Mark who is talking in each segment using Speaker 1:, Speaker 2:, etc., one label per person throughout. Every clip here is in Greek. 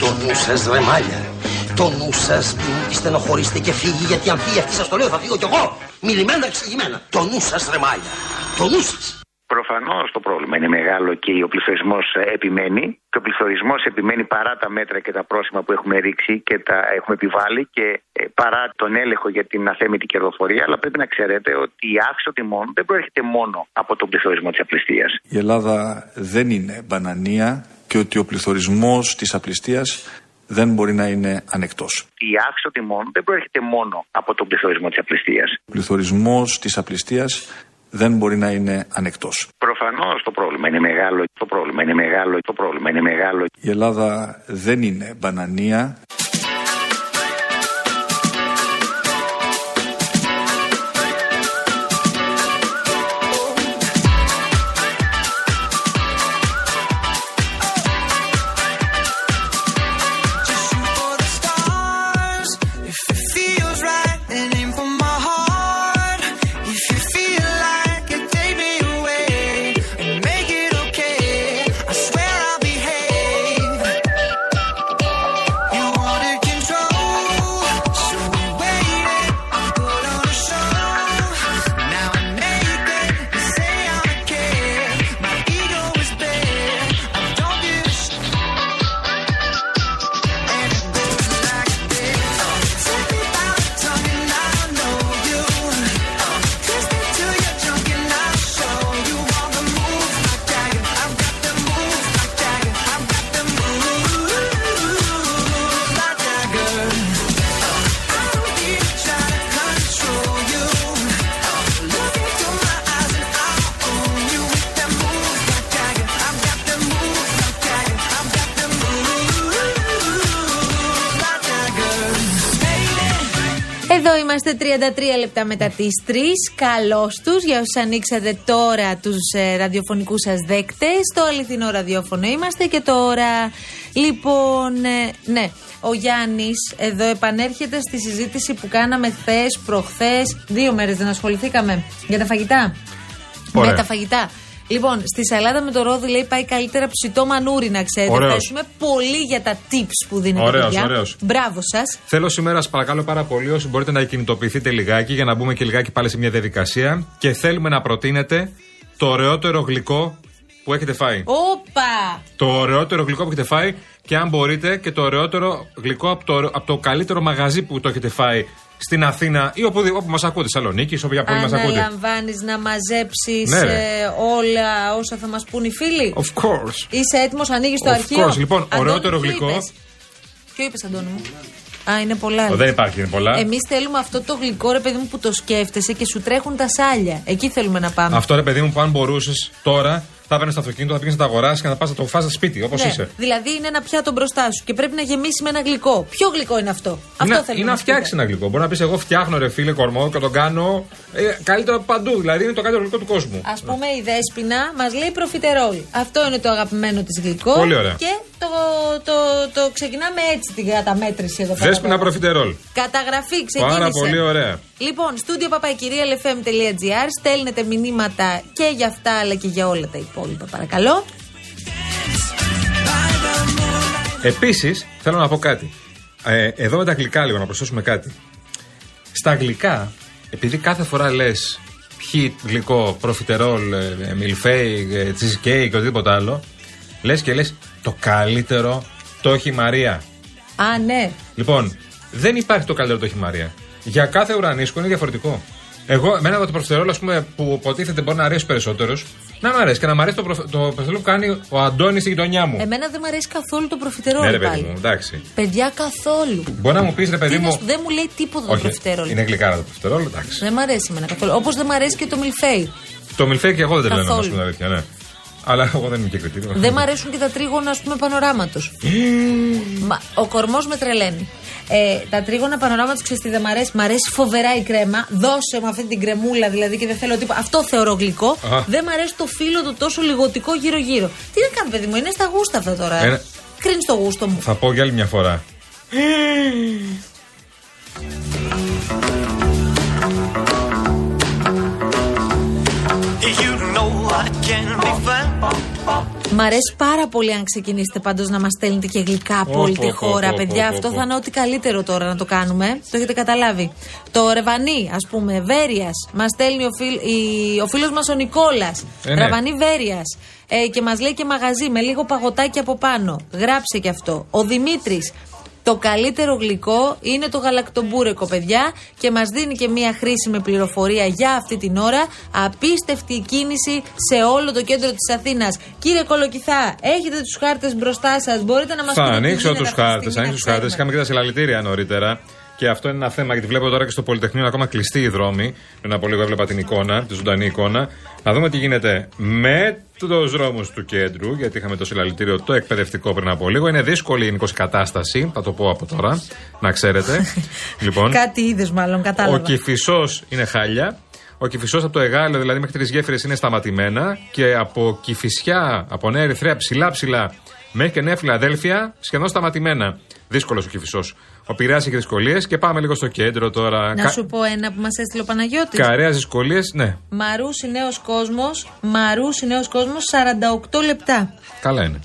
Speaker 1: νου σα, ρε μάλια. Το νου σα μην στενοχωρήστε και φύγει, γιατί αν φύγει αυτή σας το λέω, θα φύγω κι εγώ. Μιλημένα, εξηγημένα. Το νου σα, ρε μάλια. Το νου σα.
Speaker 2: Προφανώς το πρόβλημα είναι μεγάλο και ο πληθωρισμός επιμένει. Και ο πληθωρισμός επιμένει παρά τα μέτρα και τα πρόσημα που έχουμε ρίξει και τα έχουμε επιβάλει και ε, παρά τον έλεγχο για την αθέμητη κερδοφορία. Αλλά πρέπει να ξέρετε ότι η αύξηση των τιμών δεν προέρχεται μόνο από τον πληθωρισμό της απληστίας.
Speaker 3: Η Ελλάδα δεν είναι μπανανία και ότι ο πληθωρισμός της απληστίας δεν μπορεί να είναι ανεκτός.
Speaker 2: Η αύξηση των τιμών δεν προέρχεται μόνο από τον πληθωρισμό της απληστίας.
Speaker 3: Ο πληθωρισμός της απληστίας δεν μπορεί να είναι ανεκτός.
Speaker 2: Προφανώς το πρόβλημα είναι μεγάλο. Το πρόβλημα είναι μεγάλο. Το πρόβλημα είναι μεγάλο.
Speaker 3: Η Ελλάδα δεν είναι μπανανία.
Speaker 4: Oh,
Speaker 5: Εδώ είμαστε 33 λεπτά μετά τις 3. Καλώς τους για όσους ανοίξατε τώρα τους ε, ραδιοφωνικούς σας δέκτες. Το αληθινό ραδιόφωνο είμαστε και τώρα. Λοιπόν, ε, ναι, ο Γιάννης εδώ επανέρχεται στη συζήτηση που κάναμε χθες, προχθές. Δύο μέρες δεν ασχοληθήκαμε για τα φαγητά.
Speaker 6: Ωραία.
Speaker 5: Με τα φαγητά. Λοιπόν, στη σαλάτα με το ρόδι λέει πάει καλύτερα ψητό μανούρι να ξέρετε.
Speaker 6: Ωραίος.
Speaker 5: Ευχαριστούμε πολύ για τα tips που δίνετε.
Speaker 6: Ωραίος,
Speaker 5: παιδιά.
Speaker 6: ωραίος.
Speaker 5: Μπράβο σας.
Speaker 6: Θέλω σήμερα, σας παρακαλώ πάρα πολύ, όσοι μπορείτε να κινητοποιηθείτε λιγάκι για να μπούμε και λιγάκι πάλι σε μια διαδικασία. Και θέλουμε να προτείνετε το ωραιότερο γλυκό που έχετε φάει.
Speaker 5: Όπα!
Speaker 6: Το ωραιότερο γλυκό που έχετε φάει και αν μπορείτε και το ωραιότερο γλυκό από το, από το καλύτερο μαγαζί που το έχετε φάει στην Αθήνα ή όπου, όπου μας ακούτε, Σαλονίκη, όπου για πόλη μας ακούτε.
Speaker 5: Αναλαμβάνεις να μαζέψεις
Speaker 6: Ναι, ρε.
Speaker 5: όλα όσα θα μας πούν οι φίλοι.
Speaker 6: Of course.
Speaker 5: Είσαι έτοιμος, ανοίγεις το
Speaker 6: Of
Speaker 5: αρχείο.
Speaker 6: course, λοιπόν,
Speaker 5: Αντώνη,
Speaker 6: ωραιότερο
Speaker 5: ποιο
Speaker 6: γλυκό.
Speaker 5: είπες? Ποιο είπες, Αντώνη μου. Α, είναι πολλά.
Speaker 6: Ο, δεν υπάρχει, είναι πολλά.
Speaker 5: Εμείς θέλουμε αυτό το γλυκό, ρε παιδί μου, που το σκέφτεσαι και σου τρέχουν τα σάλια. Εκεί θέλουμε να πάμε.
Speaker 6: Αυτό ρε παιδί μου που αν μπορούσες τώρα θα έπαιρνε το αυτοκίνητο, θα πήγαινε να τα αγοράσει και να πας να το φας σπίτι όπως
Speaker 5: ναι.
Speaker 6: είσαι.
Speaker 5: Δηλαδή είναι ένα πιάτο μπροστά σου και πρέπει να γεμίσεις με ένα γλυκό. Ποιο γλυκό είναι αυτό.
Speaker 6: Είναι,
Speaker 5: αυτό θέλουμε
Speaker 6: είναι να
Speaker 5: μας
Speaker 6: φτιάξει
Speaker 5: πείτε.
Speaker 6: ένα γλυκό. Μπορεί να πεις: Εγώ φτιάχνω ρε φίλε κορμό και τον κάνω ε, καλύτερο από παντού. Δηλαδή είναι το καλύτερο γλυκό του κόσμου.
Speaker 5: Ας πούμε, η Δέσπινα μας λέει προφιτερόλ. Αυτό είναι το αγαπημένο της γλυκό.
Speaker 6: Πολύ ωραία.
Speaker 5: Και το, το, το, ξεκινάμε έτσι την καταμέτρηση εδώ πέρα.
Speaker 6: Δέσπινα προφιτερόλ.
Speaker 5: Καταγραφή, ξεκίνησε.
Speaker 6: Πάρα πολύ ωραία.
Speaker 5: Λοιπόν, studio papakirialfm.gr στέλνετε μηνύματα και για αυτά αλλά και για όλα τα υπόλοιπα, παρακαλώ.
Speaker 6: Επίσης, θέλω να πω κάτι. Ε, εδώ με τα γλυκά λίγο να προσθέσουμε κάτι. Στα γλυκά, επειδή κάθε φορά λες πιει γλυκό, προφιτερόλ, ε, ε, μιλφέι, ε, cheesecake και οτιδήποτε άλλο, λες και λες το καλύτερο το έχει η Μαρία.
Speaker 5: Α, ναι.
Speaker 6: Λοιπόν, δεν υπάρχει το καλύτερο το έχει η Μαρία. Για κάθε ουρανίσκο είναι διαφορετικό. Εγώ, εμένα το προφιτερόλ, ας πούμε, που υποτίθεται μπορεί να αρέσει περισσότερου, να μ' αρέσει και να μ' αρέσει το, προφ- το προφιτερόλ που κάνει ο Αντώνης στη γειτονιά μου.
Speaker 5: Εμένα δεν μου αρέσει καθόλου το προφιτερόλ
Speaker 6: ναι, ρε παιδί
Speaker 5: πάλι.
Speaker 6: μου, εντάξει.
Speaker 5: Παιδιά καθόλου.
Speaker 6: Μπορεί να μου πεις, ρε παιδί
Speaker 5: Τι να
Speaker 6: μου.
Speaker 5: σου- δεν μου λέει τίποτα το
Speaker 6: Όχι,
Speaker 5: προφιτερόλ.
Speaker 6: είναι γλυκάρα το προφιτερόλ, εντάξει.
Speaker 5: Δεν μου αρέσει εμένα καθόλου. Όπως δεν μου αρέσει και το μιλφέι.
Speaker 6: Το μιλφέι και εγώ δεν
Speaker 5: Καθόλου.
Speaker 6: τρελαίνω, να σου πω την αλήθεια, ναι. Αλλά εγώ δεν είμαι και κριτή.
Speaker 5: Δεν μ' αρέσουν και τα τρίγωνα, ας πούμε, πανοράματος.
Speaker 6: Ε.
Speaker 5: ο κορμός με τρελαίνει. Ε, τα τρίγωνα πανοράματος, ξέρεις τι δεν μ' αρέσει. Μ' αρέσει φοβερά η κρέμα. Δώσε μου αυτή την κρεμούλα δηλαδή και δεν θέλω τίποτα. Αυτό θεωρώ γλυκό.
Speaker 6: Α.
Speaker 5: Δεν μ' αρέσει το φύλλο το τόσο λιγοτικό γύρω-γύρω. Τι να κάνω, παιδί μου, είναι στα γούστα αυτά τώρα.
Speaker 6: Ένα-
Speaker 5: Κρίνεις το γούστο μου.
Speaker 6: Θα πω για άλλη μια φορά.
Speaker 5: Μ' αρέσει πάρα πολύ αν ξεκινήσετε πάντως να μας στέλνετε και γλυκά από
Speaker 6: Ω,
Speaker 5: όλη τη
Speaker 6: πω, πω,
Speaker 5: χώρα,
Speaker 6: πω,
Speaker 5: παιδιά.
Speaker 6: πω,
Speaker 5: Αυτό
Speaker 6: πω.
Speaker 5: θα είναι ό,τι καλύτερο τώρα να το κάνουμε. Το έχετε καταλάβει. Το ρεβανί, ας πούμε, Βέρεια. Μας στέλνει ο, φίλ, η- ο φίλος μας ο Νικόλας.
Speaker 6: Ε, ναι.
Speaker 5: Ρεβανί Βέρεια. Ε, και μας λέει και μαγαζί με λίγο παγωτάκι από πάνω. Γράψε και αυτό. Ο Δημήτρης. Το καλύτερο γλυκό είναι το γαλακτομπούρεκο, παιδιά, και μας δίνει και μία χρήσιμη πληροφορία για αυτή την ώρα. Απίστευτη κίνηση σε όλο το κέντρο της Αθήνας. Κύριε Κολοκυθά, έχετε τους χάρτες μπροστά σας, μπορείτε να μας
Speaker 6: Θα
Speaker 5: πείτε τι
Speaker 6: ανοίξω
Speaker 5: γίνεται
Speaker 6: τους
Speaker 5: αυτή τη
Speaker 6: χάρτε.
Speaker 5: στιγμή,
Speaker 6: Θα
Speaker 5: να
Speaker 6: ανοίξω τους χάρτε.
Speaker 5: ξέρουμε.
Speaker 6: Είχαμε και τα συλλαλητήρια νωρίτερα. Και αυτό είναι ένα θέμα γιατί βλέπω τώρα και στο Πολυτεχνείο είναι ακόμα κλειστή η δρόμη. Πριν από λίγο έβλεπα την εικόνα, τη ζωντανή εικόνα. Να δούμε τι γίνεται με τους δρόμους του κέντρου. Γιατί είχαμε το συλλαλητήριο το εκπαιδευτικό πριν από λίγο. Είναι δύσκολη γενικώς κατάσταση. Θα το πω από τώρα, να ξέρετε. λοιπόν,
Speaker 5: Κάτι είδες, μάλλον, κατάλαβα.
Speaker 6: ο Κυφισό είναι χάλια. Ο Κυφισό από το Εγάλεο, δηλαδή μέχρι τις γέφυρες, είναι σταματημένα. Και από Κυφισιά, από Νέα Ερυθρέα, ψηλά ψηλά, μέχρι και Νέα Φιλαδέλφια, σχεδόν σταματημένα. Δύσκολος ο Κυφισός. Ο Πειρά έχει δυσκολίες και πάμε λίγο στο κέντρο τώρα.
Speaker 5: Να σου πω ένα που μας έστειλε ο Παναγιώτης.
Speaker 6: Καρέας δυσκολίες, ναι,
Speaker 5: Μαρούσι νέο κόσμο, Μαρούσι νέο κόσμο, 48 λεπτά.
Speaker 6: καλά είναι.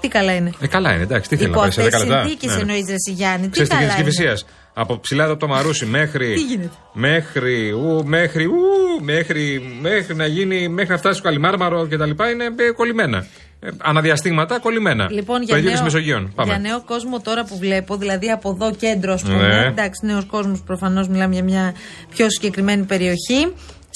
Speaker 5: Τι καλά είναι.
Speaker 6: Ε, καλά είναι, εντάξει, τι θέλει να
Speaker 5: Υπό
Speaker 6: πάει σε
Speaker 5: αυτέ
Speaker 6: 10 λεπτά.
Speaker 5: συνθήκε
Speaker 6: Ναι, ναι.
Speaker 5: εννοείς Ρεσί Γιάννη. Τι
Speaker 6: Ξέρεις τι
Speaker 5: καλά
Speaker 6: γίνεται της
Speaker 5: είναι.
Speaker 6: Κυφυσίας. Από ψηλά εδώ από το Μαρούσι μέχρι.
Speaker 5: Τι γίνεται?
Speaker 6: Μέχρι. Ου, μέχρι. Ου, μέχρι, μέχρι να γίνει. Μέχρι να φτάσει στο Καλιμάρμαρο και τα λοιπά είναι ε, κολλημένα. Ε, αναδιαστήματα κολλημένα.
Speaker 5: Λοιπόν,
Speaker 6: το
Speaker 5: για
Speaker 6: ίδιο και
Speaker 5: νέο,
Speaker 6: στις Μεσογείων. Πάμε.
Speaker 5: για νέο κόσμο τώρα που βλέπω, δηλαδή από εδώ κέντρο, ας πούμε.
Speaker 6: Ναι.
Speaker 5: Εντάξει, νέος κόσμος προφανώς μιλάμε για μια πιο συγκεκριμένη περιοχή.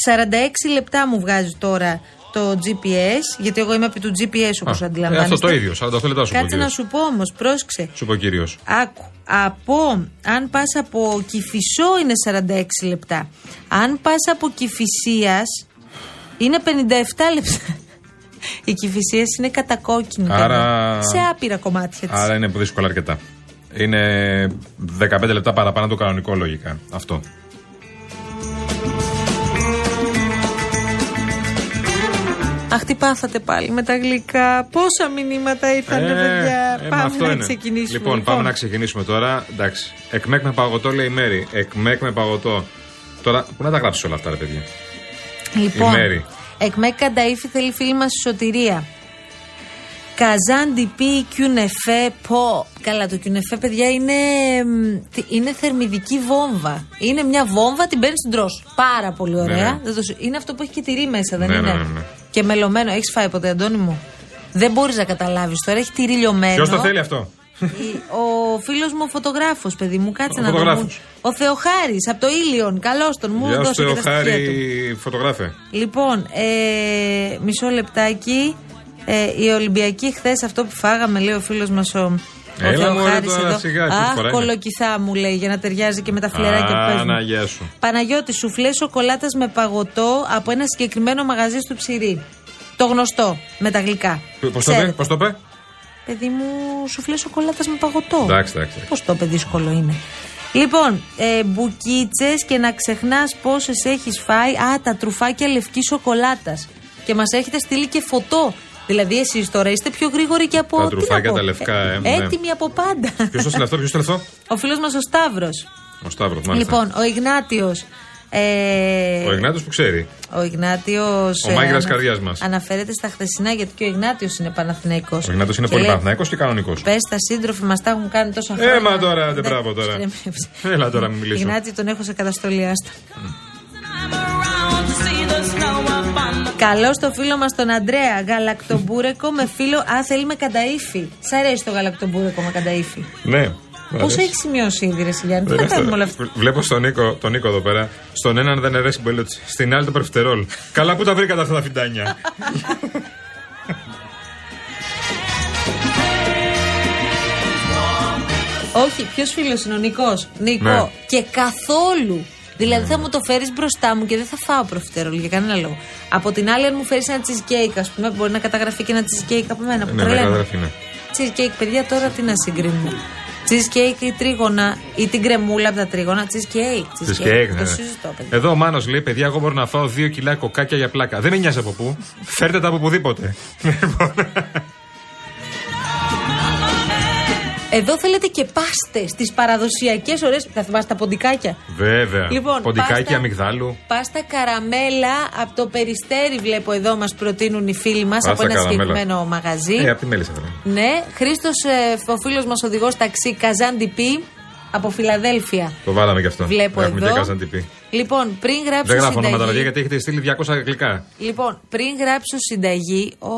Speaker 5: 46 λεπτά μου βγάζει τώρα το GPS, γιατί εγώ είμαι επί του GPS
Speaker 6: Α,
Speaker 5: όπω
Speaker 6: ε,
Speaker 5: αντιλαμβάνεστε.
Speaker 6: αυτό το ίδιο. 48 λεπτά σου
Speaker 5: Κάτσε
Speaker 6: πω.
Speaker 5: να
Speaker 6: κύριος.
Speaker 5: σου πω όμως, πρόσεξε.
Speaker 6: Σου πω κύριος.
Speaker 5: Άκου. Από, αν πας από Κυφισό είναι 46 λεπτά. Αν πας από Κυφυσίας είναι 57 λεπτά. Οι Κυφυσίε είναι κατακόκκινη.
Speaker 6: Άρα-
Speaker 5: παιδιά, Σε άπειρα κομμάτια της.
Speaker 6: Άρα είναι δύσκολα αρκετά. Είναι 15 λεπτά παραπάνω το κανονικό λογικά. Αυτό.
Speaker 5: Αχ, τι πάθατε πάλι με τα γλυκά. Πόσα μηνύματα ήρθαν, παιδιά.
Speaker 6: ε, μα
Speaker 5: πάμε
Speaker 6: αυτό
Speaker 5: να
Speaker 6: είναι.
Speaker 5: ξεκινήσουμε.
Speaker 6: Λοιπόν, πάμε να ξεκινήσουμε τώρα. Εντάξει. Εκμέκ με παγωτό λέει η Μέρη. Εκμέκ με παγωτό. Τώρα, πού να τα γράψεις όλα αυτά, ρε παιδιά.
Speaker 5: Λοιπόν,
Speaker 6: Η Μέρη.
Speaker 5: Εκμέκ Κανταήφη θέλει φίλη μας η σωτηρία. Καζάντι πι κιουνεφέ πο. Καλά, το κιουνεφέ, παιδιά, είναι, μ, τι- είναι θερμιδική βόμβα. Είναι μια βόμβα, την παίρνεις στην τρως. Πάρα πολύ ωραία.
Speaker 6: Ναι.
Speaker 5: Δεν το σου- είναι αυτό που έχει και τυρί μέσα, δεν
Speaker 6: Ναι,
Speaker 5: είναι.
Speaker 6: ναι, ναι, ναι.
Speaker 5: Και μελωμένο. Έχεις φάει ποτέ, Αντώνη μου. Δεν μπορείς να καταλάβεις τώρα. Έχει τυρί λιωμένο.
Speaker 6: Ποιος το θέλει αυτό.
Speaker 5: Η- Ο φίλος μου ο φωτογράφος, παιδί μου, κάτσε
Speaker 6: Ο
Speaker 5: να το μου.
Speaker 6: φωτογράφος.
Speaker 5: Ο Θεοχάρης από το Ήλιον. Καλώς τον μου,
Speaker 6: Γεια σου,
Speaker 5: δώσε και τα στοιχεία του.
Speaker 6: Θεοχάρη, φωτογράφε.
Speaker 5: Λοιπόν, ε, μισό λεπτάκι. Ε, η Ολυμπιακή χθες αυτό που φάγαμε, λέει ο φίλος μας ο.
Speaker 6: Έλα,
Speaker 5: ο Θεοχάρης
Speaker 6: μωρέ, τώρα, σιγά, ποιος
Speaker 5: Αχ,
Speaker 6: φοράει.
Speaker 5: κολοκυθά μου λέει για να ταιριάζει και με τα φιλεράκια που παίζουν.
Speaker 6: γεια σου.
Speaker 5: Παναγιώτη, σουφλές σοκολάτας με παγωτό από ένα συγκεκριμένο μαγαζί στο ψυρί. Το γνωστό, με τα γλυκά.
Speaker 6: Πώς το
Speaker 5: Ξέρετε.
Speaker 6: είπε, πώς το είπε.
Speaker 5: Παιδί μου, σουφλέ σοκολάτας με παγωτό.
Speaker 6: Εντάξει, εντάξει.
Speaker 5: Πώς το είπε, δύσκολο είναι. Λοιπόν, ε, μπουκίτσες και να ξεχνάς πόσες έχεις φάει. Α, τα τρουφάκια λευκής σοκολάτας. Και μας έχετε στείλει και φωτό. Δηλαδή, εσείς τώρα είστε πιο γρήγοροι και από.
Speaker 6: Τα
Speaker 5: τι να
Speaker 6: τρουφάκια
Speaker 5: πω,
Speaker 6: τα λευκά, ε, ναι.
Speaker 5: Έτοιμοι από πάντα.
Speaker 6: Ποιος το θέλει αυτό, ποιος το θέλει αυτό.
Speaker 5: ο φίλος μας ο Σταύρος.
Speaker 6: Ο Σταύρος, μάλιστα.
Speaker 5: Λοιπόν, ο Ιγνάτιος. Ε,
Speaker 6: Ο Ιγνάτο που ξέρει.
Speaker 5: ο Ιγνάτιος,
Speaker 6: Ο μάγειρας
Speaker 5: ανα-
Speaker 6: καρδιάς μας.
Speaker 5: Αναφέρεται στα χθεσινά γιατί και ο Ιγνάτιος είναι Παναθηναϊκός.
Speaker 6: Ο Ιγνάτο είναι
Speaker 5: Και
Speaker 6: πολύ
Speaker 5: λέει,
Speaker 6: παθναϊκό και κανονικός.
Speaker 5: Πες τα σύντροφοι μας τα έχουν κάνει τόσα
Speaker 6: Ε,
Speaker 5: χρόνια.
Speaker 6: μα τώρα, άντε,
Speaker 5: Ναι,
Speaker 6: μπράβο τώρα.
Speaker 5: στρέμεψε.
Speaker 6: Έλα τώρα, μην μιλήσουμε.
Speaker 5: Ιγνάτη, τον έχω σε καταστολή, άστα. Καλό στο φίλο μας τον Αντρέα. Γαλακτομπούρεκο με φίλο. Α, θέλει με κανταήφι. Σ' αρέσει το γαλακτομπούρεκο με κανταήφι.
Speaker 6: Ναι.
Speaker 5: Πώς έχεις σημειώσει ήδη, Ρε Σιλιάννη, τι θα κάνουμε όλα αυτά.
Speaker 6: Βλέπω στον Νίκο, τον Νίκο εδώ πέρα. Στον έναν δεν αρέσει πολύ, στην άλλη το περφτερόλ. Καλά που τα βρήκατε αυτά τα φιντάνια.
Speaker 5: Όχι, ποιος φίλος είναι ο Νικό. Νίκο.
Speaker 6: Ναι.
Speaker 5: Και καθόλου. Δηλαδή θα μου το φέρεις μπροστά μου και δεν θα φάω προφiterol για κανένα λόγο. Από την άλλη, αν μου φέρεις ένα cheesecake, ας πούμε, μπορεί να καταγραφεί και ένα cheesecake από μένα. Που
Speaker 6: ναι, ναι,
Speaker 5: τρελαίνω.
Speaker 6: καταγραφεί, ναι.
Speaker 5: Cheesecake, παιδιά, τώρα τι να συγκρίνουμε. Cheesecake ή τρίγωνα ή την κρεμούλα από τα τρίγωνα. Cheesecake.
Speaker 6: Τις κέικ, ναι,
Speaker 5: Το
Speaker 6: ναι.
Speaker 5: συζητώ, παιδιά.
Speaker 6: Εδώ ο Μάνος λέει: Παιδιά, εγώ μπορώ να φάω δύο κιλά κοκάκια για πλάκα. Δεν με νοιάζει από πού. Φέρτε τα από οπουδήποτε. Λοιπόν.
Speaker 5: Εδώ θέλετε και πάστες τι παραδοσιακές ωραίες. Θα θυμάστε τα ποντικάκια.
Speaker 6: Βέβαια. Ε,
Speaker 5: Λοιπόν,
Speaker 6: Ποντικάκι αμυγδάλου.
Speaker 5: Πάστα καραμέλα από το περιστέρι, βλέπω εδώ μας προτείνουν οι φίλοι μας από
Speaker 6: Πάστα
Speaker 5: ένα
Speaker 6: καραμέλα.
Speaker 5: συγκεκριμένο μαγαζί.
Speaker 6: Ε, από τη μέλισσα θα είναι.
Speaker 5: Ναι, Χρήστος, ο φίλος μας οδηγός ταξί Καζάντι Πι από Φιλαδέλφια.
Speaker 6: Το βάλαμε κι αυτό.
Speaker 5: Βλέπω
Speaker 6: Έχουμε
Speaker 5: εδώ.
Speaker 6: και κάζαν τυπή.
Speaker 5: Λοιπόν, πριν γράψω
Speaker 6: Δεν γράφω
Speaker 5: συνταγή.
Speaker 6: ονόματα, παιδιά, γιατί έχετε στείλει 200 αγγλικά.
Speaker 5: Λοιπόν, πριν γράψω συνταγή. Ω,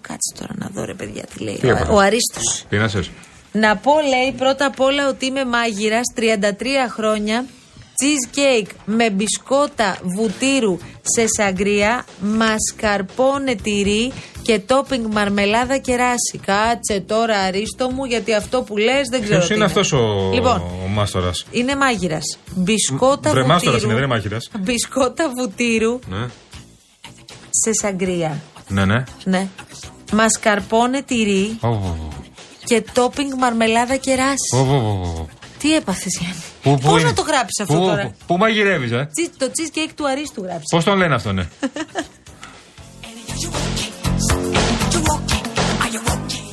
Speaker 5: κάτσε τώρα να δω, ρε παιδιά, τι λέει.
Speaker 6: Τι
Speaker 5: ο-
Speaker 6: έπαθε?
Speaker 5: ο Αρίστος.
Speaker 6: Τι να σας.
Speaker 5: Να πω, λέει, πρώτα απ' όλα ότι είμαι μάγειρας 33 χρόνια. Cheesecake με μπισκότα βουτύρου σε σαγκρία, μασκαρπόνε τυρί και τόπινγκ μαρμελάδα και ράση. Κάτσε τώρα, αρίστο μου, γιατί αυτό που λες δεν ξέρω.
Speaker 6: Ποιος
Speaker 5: τι
Speaker 6: είναι αυτός ο,
Speaker 5: Λοιπόν,
Speaker 6: ο μάστορας.
Speaker 5: είναι μάγειρας. Μπισκότα
Speaker 6: Βρε, μάστορας
Speaker 5: βουτύρου.
Speaker 6: είναι, δεν είναι μάγειρας.
Speaker 5: Μπισκότα βουτύρου
Speaker 6: Ναι.
Speaker 5: σε σαγκρία.
Speaker 6: ναι, ναι.
Speaker 5: Ναι. Μασκαρπόνε τυρί
Speaker 6: Ω, ω, ω.
Speaker 5: και τόπινγκ μαρμελάδα και ράση.
Speaker 6: Ω, ω, ω, ω.
Speaker 5: Τι έπαθες, Γιάννη.
Speaker 6: Πού- πού
Speaker 5: Πώς
Speaker 6: είναι?
Speaker 5: να το γράψεις αυτό
Speaker 6: Πού-
Speaker 5: τώρα.
Speaker 6: πού- Πού μαγειρεύεις, ε.
Speaker 5: Τσι- Το cheesecake του Αρίστου γράψει.
Speaker 6: Πώς τον λένε αυτόν, ναι.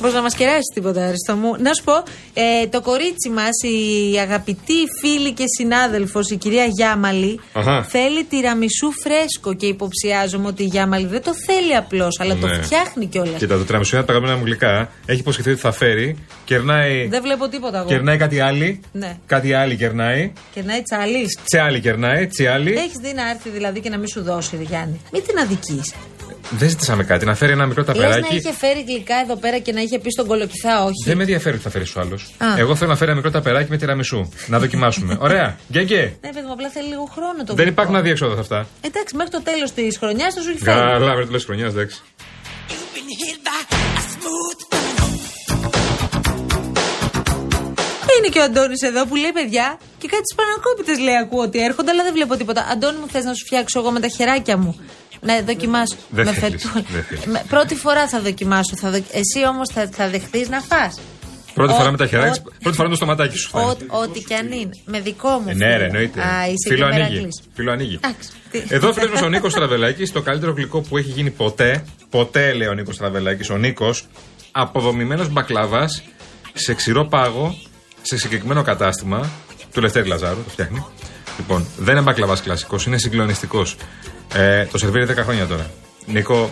Speaker 5: Μπορεί να μας κεράσει τίποτα, Αρίστο μου. Να σου πω, ε, το κορίτσι μας, η αγαπητή φίλη και συνάδελφος, η κυρία Γιάμαλη,
Speaker 6: Αχα.
Speaker 5: θέλει τυραμισού φρέσκο και υποψιάζομαι ότι η Γιάμαλη δεν το θέλει απλώς, αλλά
Speaker 6: Ναι.
Speaker 5: το φτιάχνει κιόλας.
Speaker 6: Κοίτα, το τραμισού είναι από τα αγαπημένα μου γλυκά. Έχει υποσχεθεί ότι θα φέρει. Κερνάει,
Speaker 5: Δεν βλέπω τίποτα εγώ.
Speaker 6: κερνάει κάτι άλλη.
Speaker 5: Ναι.
Speaker 6: Κάτι άλλη κερνάει.
Speaker 5: Κερνάει τσαλή.
Speaker 6: Τσιάλι κερνάει, τσιάλι.
Speaker 5: Έχεις δει να έρθει δηλαδή και να μην σου δώσει, ρε Γιάννη. Μην την αδική.
Speaker 6: Δεν ζητήσαμε κάτι. Να φέρει ένα μικρό
Speaker 5: Λες να
Speaker 6: ταπεράκι.
Speaker 5: είχε φέρει γλυκά εδώ πέρα και να είχε πει στον κολοκυθά, όχι.
Speaker 6: Δεν με ενδιαφέρει τι θα φέρεις ο άλλος.
Speaker 5: Α.
Speaker 6: Εγώ θέλω να φέρει ένα μικρό ταπεράκι με τυραμισού. Να δοκιμάσουμε. Ωραία. Γκέγκε.
Speaker 5: Ναι, παιδί μου, απλά θέλει λίγο χρόνο το
Speaker 6: Δεν
Speaker 5: γλυκό.
Speaker 6: υπάρχουν αδιέξοδα σε αυτά.
Speaker 5: Εντάξει, μέχρι το τέλος της χρονιάς θα σου έχει φέρει.
Speaker 6: Καλά, βρε τέλο χρονιάς, εντάξει.
Speaker 5: Είναι και ο Αντώνης εδώ που λέει παιδιά και κάτι τι πανακόπιτε λέει ακούω ότι έρχονται, αλλά δεν βλέπω τίποτα. Αντώνη μου, θες να σου φτιάξω εγώ με τα χεράκια μου. Να δοκιμάσω.
Speaker 6: Δεν
Speaker 5: με
Speaker 6: θέλεις,
Speaker 5: φετούλα.
Speaker 6: δεν θέλεις.
Speaker 5: Με- Πρώτη φορά θα δοκιμάσω. Θα δο- Εσύ όμως θα, θα δεχθείς να φά.
Speaker 6: Πρώτη
Speaker 5: Ο-
Speaker 6: φορά με τα χεράκια, σου,
Speaker 5: ο-
Speaker 6: πρώτη φορά με το στοματάκι σου. θα είναι.
Speaker 5: Ό,τι κι αν είναι. Με δικό μου.
Speaker 6: Ε, ναι,
Speaker 5: φίλο.
Speaker 6: ρε, εννοείται.
Speaker 5: Α, είσαι
Speaker 6: Φίλο
Speaker 5: και
Speaker 6: ανοίγει.
Speaker 5: Μερακλής.
Speaker 6: Φίλο ανοίγει.
Speaker 5: Εντάξει, τι.
Speaker 6: Εδώ φίλος μας ο Νίκος Τραβελάκη, το καλύτερο γλυκό που έχει γίνει ποτέ. Ποτέ, λέει ο Νίκος Τραβελάκη. Ο Νίκος, αποδομημένος μπακλαβά σε ξηρό πάγο, σε συγκεκριμένο κατάστημα του Λευτέρη Λαζάρου, το φτιάχνει. Λοιπόν, δεν είναι μπακλαβά κλασικός, είναι συγκλονιστικός. Ε, το σερβίρει 10 χρόνια τώρα. Νίκο,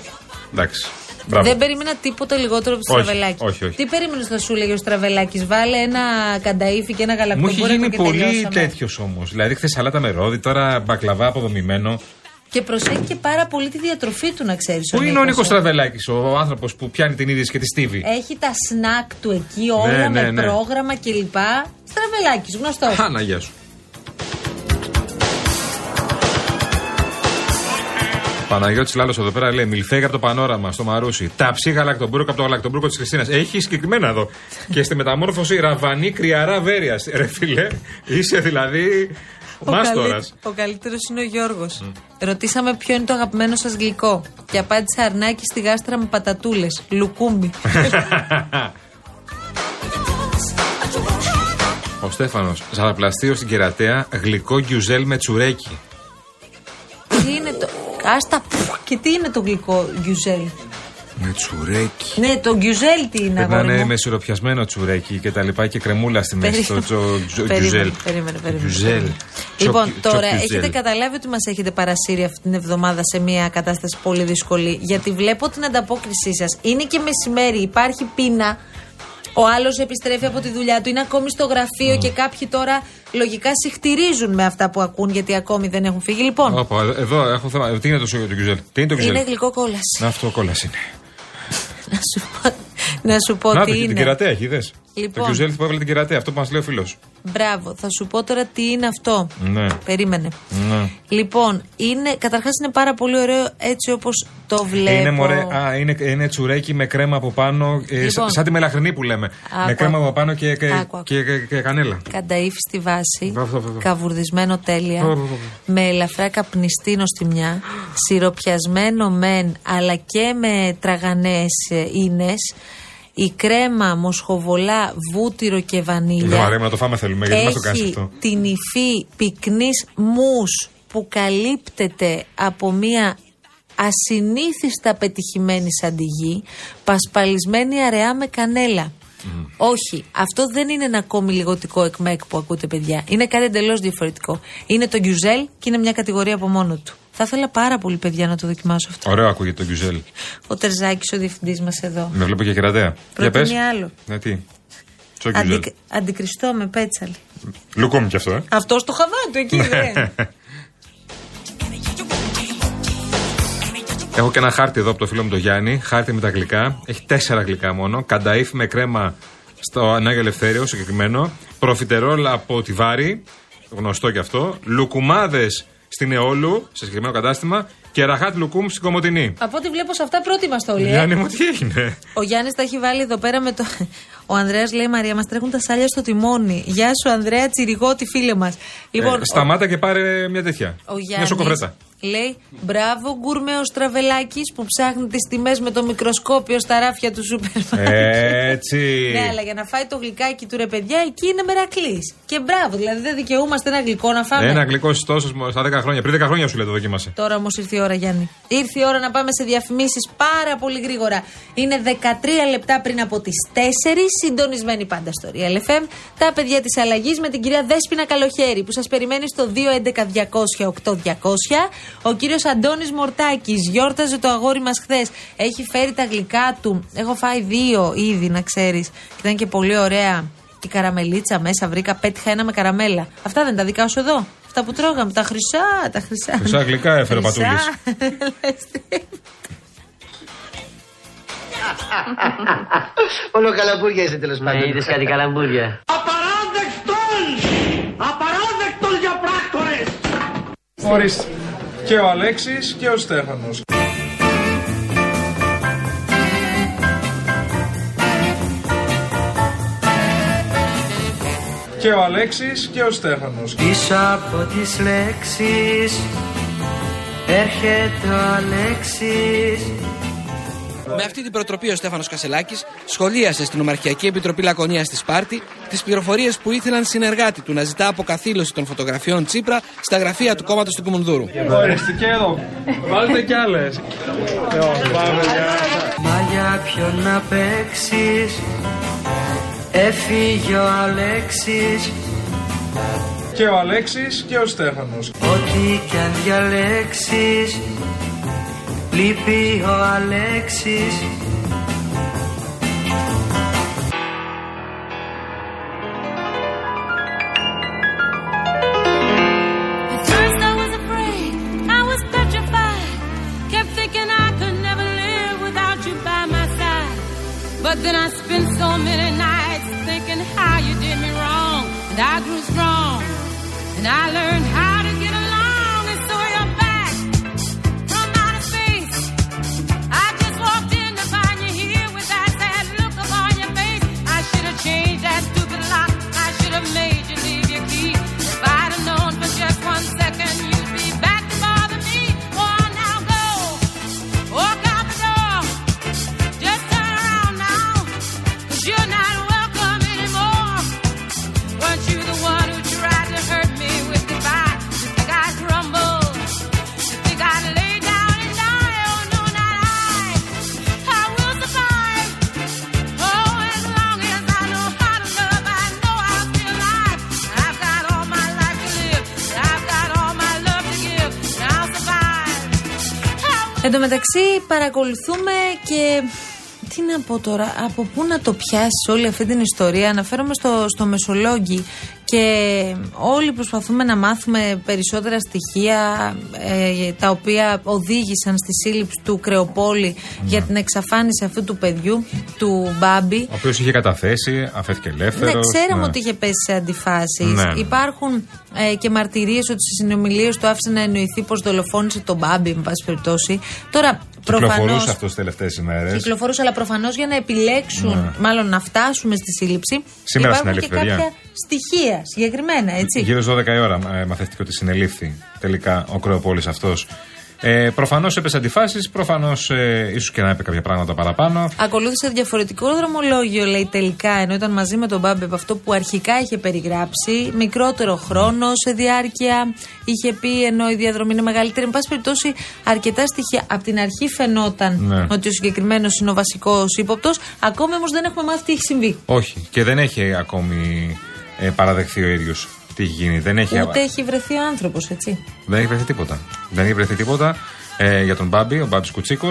Speaker 6: εντάξει. Μπράβο.
Speaker 5: Δεν περίμενα τίποτα λιγότερο από το
Speaker 6: Όχι,
Speaker 5: Στραβελάκης.
Speaker 6: όχι, όχι.
Speaker 5: Τι περίμενες θα σου λέγει ο Στραβελάκης, βάλε ένα κανταήφι και ένα
Speaker 6: Μου
Speaker 5: γαλακτοπούλεκο
Speaker 6: έχει γίνει
Speaker 5: και
Speaker 6: πολύ
Speaker 5: τελειώσαμε.
Speaker 6: τέτοιος όμως. Δηλαδή, χθες σαλάτα με ρόδι, τώρα μπακλαβά αποδομημένο.
Speaker 5: Και προσέχει και πάρα πολύ τη διατροφή του, να ξέρεις.
Speaker 6: Πού είναι ο Νίκος Τραβελάκη, ο άνθρωπος που πιάνει την είδηση και τη στίβει.
Speaker 5: Έχει τα σνακ του εκεί, όλα
Speaker 6: ναι,
Speaker 5: με
Speaker 6: ναι.
Speaker 5: πρόγραμμα κλπ. Στραβελάκης, γνωστός.
Speaker 6: Χάνα, γεια σου. Παναγιώτης Λάλος εδώ πέρα λέει: Μιλφέγγα από το Πανόραμα στο Μαρούσι. Ταψί γαλακτομπούρκο από το γαλακτομπούρκο της Χριστίνας. Έχει συγκεκριμένα εδώ. και στη μεταμόρφωση ραβανή κρυαρά βέρειας. Ρε φίλε, είσαι δηλαδή μάστορας.
Speaker 5: ο καλύτερος είναι ο Γιώργος. Ρωτήσαμε ποιο είναι το αγαπημένο σας γλυκό. Και απάντησε αρνάκι στη γάστρα με πατατούλες. Λουκούμπι.
Speaker 6: Ο Στέφανος, ζαραπλαστείο στην κερατέα, γλυκό γκιουζέλ με τσουρέκι.
Speaker 5: τι είναι το. Άστα. που, Και τι είναι το γλυκό γκιουζέλ.
Speaker 6: Με τσουρέκι.
Speaker 5: Ναι, το γκιουζέλ τι είναι,
Speaker 6: Πρέπει να
Speaker 5: αγόρι
Speaker 6: είναι
Speaker 5: μου.
Speaker 6: με σιροπιασμένο τσουρέκι και τα λοιπά και κρεμούλα στη μέση.
Speaker 5: Περίμενε.
Speaker 6: Το τζο- τζο-
Speaker 5: Περίμενε,
Speaker 6: γκιουζέλ.
Speaker 5: Περίμενε, περίμενε.
Speaker 6: Γκιουζέλ.
Speaker 5: Λοιπόν,
Speaker 6: Τσοκ-
Speaker 5: τώρα
Speaker 6: τσοκ
Speaker 5: έχετε
Speaker 6: γκιουζέλ.
Speaker 5: καταλάβει ότι μας έχετε παρασύρει αυτή την εβδομάδα σε μια κατάσταση πολύ δύσκολη. Γιατί βλέπω την ανταπόκρισή σας. Είναι και μεσημέρι, υπάρχει πείνα. Ο άλλος επιστρέφει από τη δουλειά του, είναι ακόμη στο γραφείο και κάποιοι τώρα λογικά συχτηρίζουν με αυτά που ακούν γιατί ακόμη δεν έχουν φύγει. Λοιπόν,
Speaker 6: Όπα, εδώ- εδώ έχω θέμα. Τι είναι το σιροπιασμένο γκιουζέλ. Τι είναι το
Speaker 5: είναι
Speaker 6: γκιουζέλ.
Speaker 5: γλυκό κόλαση.
Speaker 6: Να, Αυτό κόλλα είναι.
Speaker 5: να σου πω, να σου πω
Speaker 6: Να το
Speaker 5: τι
Speaker 6: και
Speaker 5: είναι.
Speaker 6: την κερατέα, έχει δες. Το
Speaker 5: Λοιπόν.
Speaker 6: γκιουζέλ που έβαλε την κερατέα, αυτό που μας λέει ο φίλος.
Speaker 5: Μπράβο, θα σου πω τώρα τι είναι αυτό.
Speaker 6: Ναι.
Speaker 5: Περίμενε.
Speaker 6: Ναι.
Speaker 5: Λοιπόν, είναι, καταρχάς είναι πάρα πολύ ωραίο έτσι όπως το βλέπω.
Speaker 6: Ε, Είναι, μωρέ, α, είναι, είναι τσουρέκι με κρέμα από πάνω, ε,
Speaker 5: Λοιπόν.
Speaker 6: σαν- σαν τη μελαχρινή που λέμε.
Speaker 5: Άκου,
Speaker 6: Με κρέμα
Speaker 5: άκου.
Speaker 6: από πάνω και, και,
Speaker 5: Άκου, άκου.
Speaker 6: και, και- και κανέλα.
Speaker 5: Κανταήφι στη βάση,
Speaker 6: Μπράβο, μπράβο, μπράβο.
Speaker 5: καβουρδισμένο τέλεια,
Speaker 6: Μπράβο, μπράβο.
Speaker 5: με ελαφρά καπνιστίνο στη μια, σιροπιασμένο μεν, αλλά και με τραγανές ε, ίνες, η κρέμα, μοσχοβολά, βούτυρο και
Speaker 6: Είναι
Speaker 5: βανίλια.
Speaker 6: βαρέμα να το φάμε θέλουμε, γιατί μας το κάνεις
Speaker 5: Έχει
Speaker 6: αυτό.
Speaker 5: την υφή πυκνής μους που καλύπτεται από μία ασυνήθιστα πετυχημένη σαντιγή, πασπαλισμένη αραιά με κανέλα. Όχι, αυτό δεν είναι ένα ακόμη λιγοτικό εκμεκ που ακούτε, παιδιά. Είναι κάτι εντελώς διαφορετικό. Είναι το γκιουζέλ και είναι μια κατηγορία από μόνο του. Θα ήθελα πάρα πολύ, παιδιά, να το δοκιμάσω αυτό.
Speaker 6: Ωραίο ακούγεται το Γκιουζέλ.
Speaker 5: Ο Τερζάκης, ο διευθυντής μας εδώ.
Speaker 6: Με βλέπω και κερατέα. Για πες.
Speaker 5: Προτείνει άλλο.
Speaker 6: Ναι, τι. Τσο Γκιουζέλ.
Speaker 5: Αντι... Αντικριστώ με πέτσαλ.
Speaker 6: Λουκούμ κι αυτό, ε.
Speaker 5: Αυτός στο χαβά του
Speaker 6: Ναι.
Speaker 5: εκεί δεν.
Speaker 6: Έχω και ένα χάρτη εδώ από το φίλο μου το Γιάννη. Χάρτη με τα γλυκά. Έχει τέσσερα γλυκά μόνο. Κανταήφ με κρέμα στο Ανάγιο Ελευθέριο συγκεκριμένο. Προφιτερόλ από τη Βάρη. Γνωστό κι αυτό. Λουκουμάδες στην Εόλου σε συγκεκριμένο κατάστημα. Και ραχάτ λουκούμ στην Κομωτινή.
Speaker 5: Από ό,τι βλέπω σε αυτά πρώτοι μα το όλοι. ε.
Speaker 6: Γιάννη μου, τι έγινε.
Speaker 5: Ο Γιάννης τα έχει βάλει εδώ πέρα με το. Ο Ανδρέας λέει: Μαρία, μας τρέχουν τα σάλια στο τιμόνι. Γεια σου, Ανδρέα, τσιριγότη φίλε μας.
Speaker 6: ε, σταμάτα και πάρε μια τέτοια.
Speaker 5: Λοιπόν, Ο
Speaker 6: μια
Speaker 5: Γιάννης
Speaker 6: σοκοβρέτα.
Speaker 5: Λέει μπράβο γκουρμέο τραβελάκη που ψάχνει τις τιμές με το μικροσκόπιο στα ράφια του
Speaker 6: Ε.
Speaker 5: σούπερ μάρκετ.
Speaker 6: Έτσι.
Speaker 5: Ναι, αλλά για να φάει το γλυκάκι του ρε παιδιά, εκεί είναι μερακλής. Και μπράβο, δηλαδή δεν δικαιούμαστε ένα γλυκό να φάμε.
Speaker 6: Ένα γλυκό ιστό στα 10 χρόνια. Πριν 10 χρόνια σου λέει το δοκίμασε.
Speaker 5: Τώρα όμως ήρθε η ώρα, Γιάννη. Ήρθε η ώρα να πάμε σε διαφημίσεις πάρα πολύ γρήγορα. Είναι 13 λεπτά πριν από τις 4. Συντονισμένοι πάντα στο Real FM. Τα παιδιά της αλλαγής με την κυρία Δέσπινα Καλοχέρη που σας περιμένει στο 211-200-8200. Ο κύριος Αντώνης Μορτάκης γιόρταζε το αγόρι μας χθες. Έχει φέρει τα γλυκά του. Έχω φάει δύο ήδη, να ξέρεις. Και ήταν και πολύ ωραία. Και καραμελίτσα μέσα βρήκα. Πέτυχα ένα με καραμέλα. Αυτά δεν τα δικά σου εδώ. Αυτά που τρώγαμε, τα χρυσά, τα χρυσά.
Speaker 6: Χρυσά γλυκά έφερε ο
Speaker 5: Χρυσά.
Speaker 6: Πατούλης.
Speaker 5: Λες τι.
Speaker 1: Όλο καλαμπούρια είσαι τέλος
Speaker 7: Ναι,
Speaker 1: πάντων.
Speaker 7: είδες κάτι καλαμπούρια.
Speaker 1: Απαράδεκτον! Απαράδεκτον για πράκτορες!
Speaker 3: Ορίστε. Και ο Αλέξης και ο Στέφανος. Και ο Αλέξης και ο Στέφανος.
Speaker 8: Πίσω από τις λέξεις έρχεται ο Αλέξης
Speaker 9: Με αυτή την προτροπή ο Στέφανος Κασελάκης σχολίασε στην Ομαρχιακή Επιτροπή Λακωνίας στη Σπάρτη τις πληροφορίες που ήθελαν συνεργάτη του να ζητά αποκαθήλωση των φωτογραφιών Τσίπρα στα γραφεία του κόμματος του Κουμουνδούρου.
Speaker 3: Ορίστε και εδώ. Βάλτε κι άλλες.
Speaker 8: Μα για ποιον να παίξεις Έφυγε ο Αλέξης
Speaker 3: Και ο Αλέξης και ο Στέφανος.
Speaker 8: Ό,τι κι αν διαλέξεις Λείπει ο Αλέξης
Speaker 4: At first I was afraid, I was petrified. Kept thinking I could never live without you by my side. But then I spent so many nights thinking how you did me wrong. And I grew strong. And I learned how to get along. And so you're back from outer space. I just walked in to find you here with that sad look upon your face. I should have changed that stupid lock. I should have made you leave your key. If I'd have known for just one second you'd be back to bother me. Oh, now go. Walk out the door. Just turn around now. Cause you're not welcome anymore. Weren't you the one who tried to hurt me with goodbye? You think I crumbled? You think I lay down and die? Oh no, not I! I will survive. Oh, as long as I know how to love, I know I'll be alive. I've got all my life to live. I've got all my love to give. And I'll survive. I will.
Speaker 5: Εν τω μεταξύ, παρακολουθούμε και. Τι να πω τώρα, από πού να το πιάσει όλη αυτή την ιστορία. Αναφέρομαι στο, στο Μεσολόγγι και όλοι προσπαθούμε να μάθουμε περισσότερα στοιχεία ε, τα οποία οδήγησαν στη σύλληψη του Κρεοπόλη
Speaker 6: Ναι.
Speaker 5: για την εξαφάνιση αυτού του παιδιού, του Μπάμπη.
Speaker 6: Ο οποίος είχε καταθέσει, αφέθηκε ελεύθερος.
Speaker 5: Ναι, ξέραμε ότι είχε πέσει σε αντιφάσεις.
Speaker 6: Ναι, ναι.
Speaker 5: Υπάρχουν ε, και μαρτυρίες ότι στις συνομιλίες του άφησε να εννοηθεί πως δολοφόνησε τον Μπάμπη, με πάση περιπτώσει. Τώρα, προφανώ.
Speaker 6: Κυκλοφορούσε αυτός τις τελευταίες ημέρες.
Speaker 5: Κυκλοφορούσε, αλλά προφανώς για να επιλέξουν, μάλλον να φτάσουμε στη σύλληψη.
Speaker 6: Ναι. Σήμερα στην
Speaker 5: υπάρχουν και
Speaker 6: Ελευθερία.
Speaker 5: κάποια στοιχεία συγκεκριμένα, έτσι.
Speaker 6: Γύρω στις 12 η ώρα ε, μαθεύτηκε ότι συνελήφθη τελικά ο Κρεοπόλης αυτός. Ε, προφανώς έπεσε αντιφάσεις, προφανώς ε, ίσως και να είπε κάποια πράγματα παραπάνω.
Speaker 5: Ακολούθησε διαφορετικό δρομολόγιο, λέει τελικά, ενώ ήταν μαζί με τον Μπάμπεπ αυτό που αρχικά είχε περιγράψει. Μικρότερο χρόνο σε διάρκεια είχε πει, ενώ η διαδρομή είναι μεγαλύτερη. Εν πάση περιπτώσει, αρκετά στοιχεία. Από την αρχή φαινόταν
Speaker 6: Ναι.
Speaker 5: ότι ο συγκεκριμένος είναι ο βασικός ύποπτος. Ακόμη όμως δεν έχουμε μάθει τι έχει συμβεί.
Speaker 6: Όχι. Και δεν έχει ακόμη ε, παραδεχθεί ο ίδιος τι έχει γίνει. Δεν έχει,
Speaker 5: Ούτε έχει βρεθεί άνθρωπος, έτσι.
Speaker 6: δεν έχει βρεθεί τίποτα. Δεν έχει βρεθεί τίποτα ε, για τον Μπάμπη, ο Μπάμπης Κουτσίκος,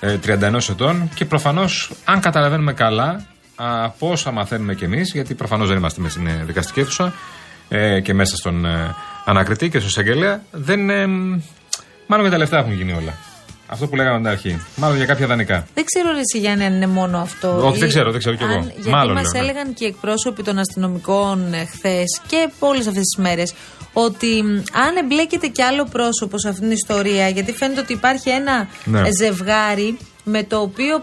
Speaker 6: ε, 31 ετών. Και προφανώς, αν καταλαβαίνουμε καλά, α, από όσα μαθαίνουμε κι εμείς, γιατί προφανώς δεν είμαστε μέσα στην ε, δικαστική αίθουσα ε, και μέσα στον ε, ανακριτή και στον εισαγγελέα, δεν. ε, μ, μάλλον για τα λεφτά έχουν γίνει όλα. Αυτό που λέγαμε από την αρχή. Μάλλον για κάποια δανεικά.
Speaker 5: Δεν ξέρω ρε εσύ, Γιάννη αν είναι μόνο αυτό.
Speaker 6: Όχι, δεν
Speaker 5: Ή
Speaker 6: ξέρω, δεν ξέρω κι εγώ.
Speaker 5: αν- Γιατί
Speaker 6: Μάλλον,
Speaker 5: μας
Speaker 6: λέω, ναι.
Speaker 5: έλεγαν και οι εκπρόσωποι των αστυνομικών χθες και όλες αυτές τις μέρες ότι μ, αν εμπλέκεται κι άλλο πρόσωπο σε αυτήν την ιστορία, γιατί φαίνεται ότι υπάρχει ένα
Speaker 6: Ναι.
Speaker 5: ε, ζευγάρι με το οποίο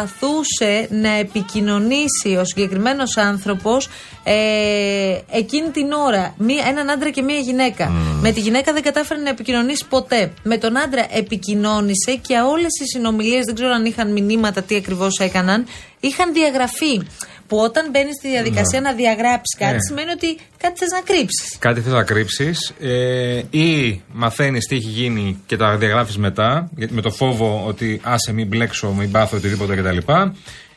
Speaker 5: προσπαθούσε να επικοινωνήσει ο συγκεκριμένος άνθρωπος ε, εκείνη την ώρα μία, έναν άντρα και μία γυναίκα. Με τη γυναίκα δεν κατάφερε να επικοινωνήσει ποτέ. Με τον άντρα επικοινώνησε και όλες οι συνομιλίες, δεν ξέρω αν είχαν μηνύματα, τι ακριβώς έκαναν, είχαν διαγραφεί. Που όταν μπαίνει στη διαδικασία να διαγράψεις κάτι,
Speaker 6: Ε.
Speaker 5: σημαίνει ότι κάτι θες να κρύψεις.
Speaker 6: Κάτι θες να κρύψεις ε, ή μαθαίνεις τι έχει γίνει και τα διαγράφεις μετά, γιατί με το φόβο ότι άσε μην μπλέξω, μην πάθω οτιδήποτε κτλ.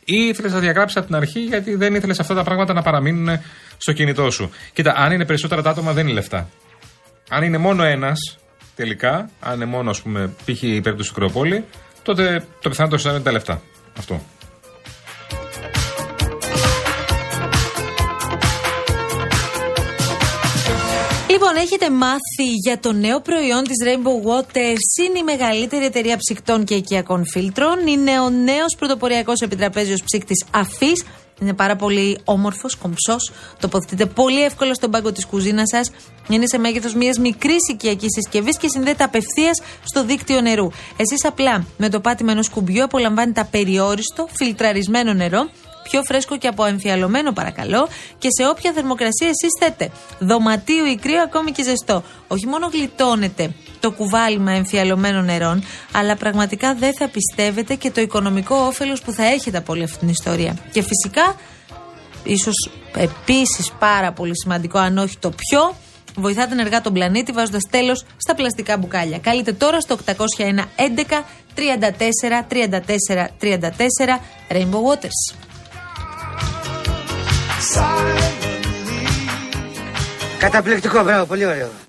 Speaker 6: Ή ήθελες να διαγράψεις από την αρχή γιατί δεν ήθελες αυτά τα πράγματα να παραμείνουν στο κινητό σου. Κοίτα, αν είναι περισσότερα τα άτομα, δεν είναι λεφτά. Αν είναι μόνο ένας τελικά, αν είναι μόνο, ας πούμε, π.χ. η περίπτωση του Κρεοπόλη, τότε το πιθανότερο σενάριο είναι τα λεφτά. Αυτό.
Speaker 5: Λοιπόν, έχετε μάθει για το νέο προϊόν της Rainbow Waters. Είναι η μεγαλύτερη εταιρεία ψυκτών και οικιακών φίλτρων. Είναι ο νέος πρωτοποριακός επιτραπέζιος ψύκτης αφής. Είναι πάρα πολύ όμορφος, κομψός. Τοποθετείται πολύ εύκολα στον πάγκο της κουζίνας σας. Είναι σε μέγεθος μιας μικρής οικιακής συσκευής και συνδέεται απευθείας στο δίκτυο νερού. Εσείς απλά με το πάτημα ενός κουμπιού απολαμβάνετε απεριόριστο, φιλτραρισμένο νερό πιο φρέσκο και αποεμφιαλωμένο παρακαλώ και σε όποια θερμοκρασία εσείς θέτε. Δωματίου ή κρύο ακόμη και ζεστό. Όχι μόνο γλιτώνετε το κουβάλιμα εμφιαλωμένων νερών, αλλά πραγματικά δεν θα πιστεύετε και το οικονομικό όφελος που θα έχετε από όλη αυτή την ιστορία. Και φυσικά, ίσως επίσης πάρα πολύ σημαντικό αν όχι το πιο, βοηθάτε ενεργά τον πλανήτη βάζοντας τέλος στα πλαστικά μπουκάλια. Καλείτε τώρα στο 801 11 34 34 34 Rainbow Waters.
Speaker 7: Καταπληκτικό, μπράβο, πολύ ωραίο.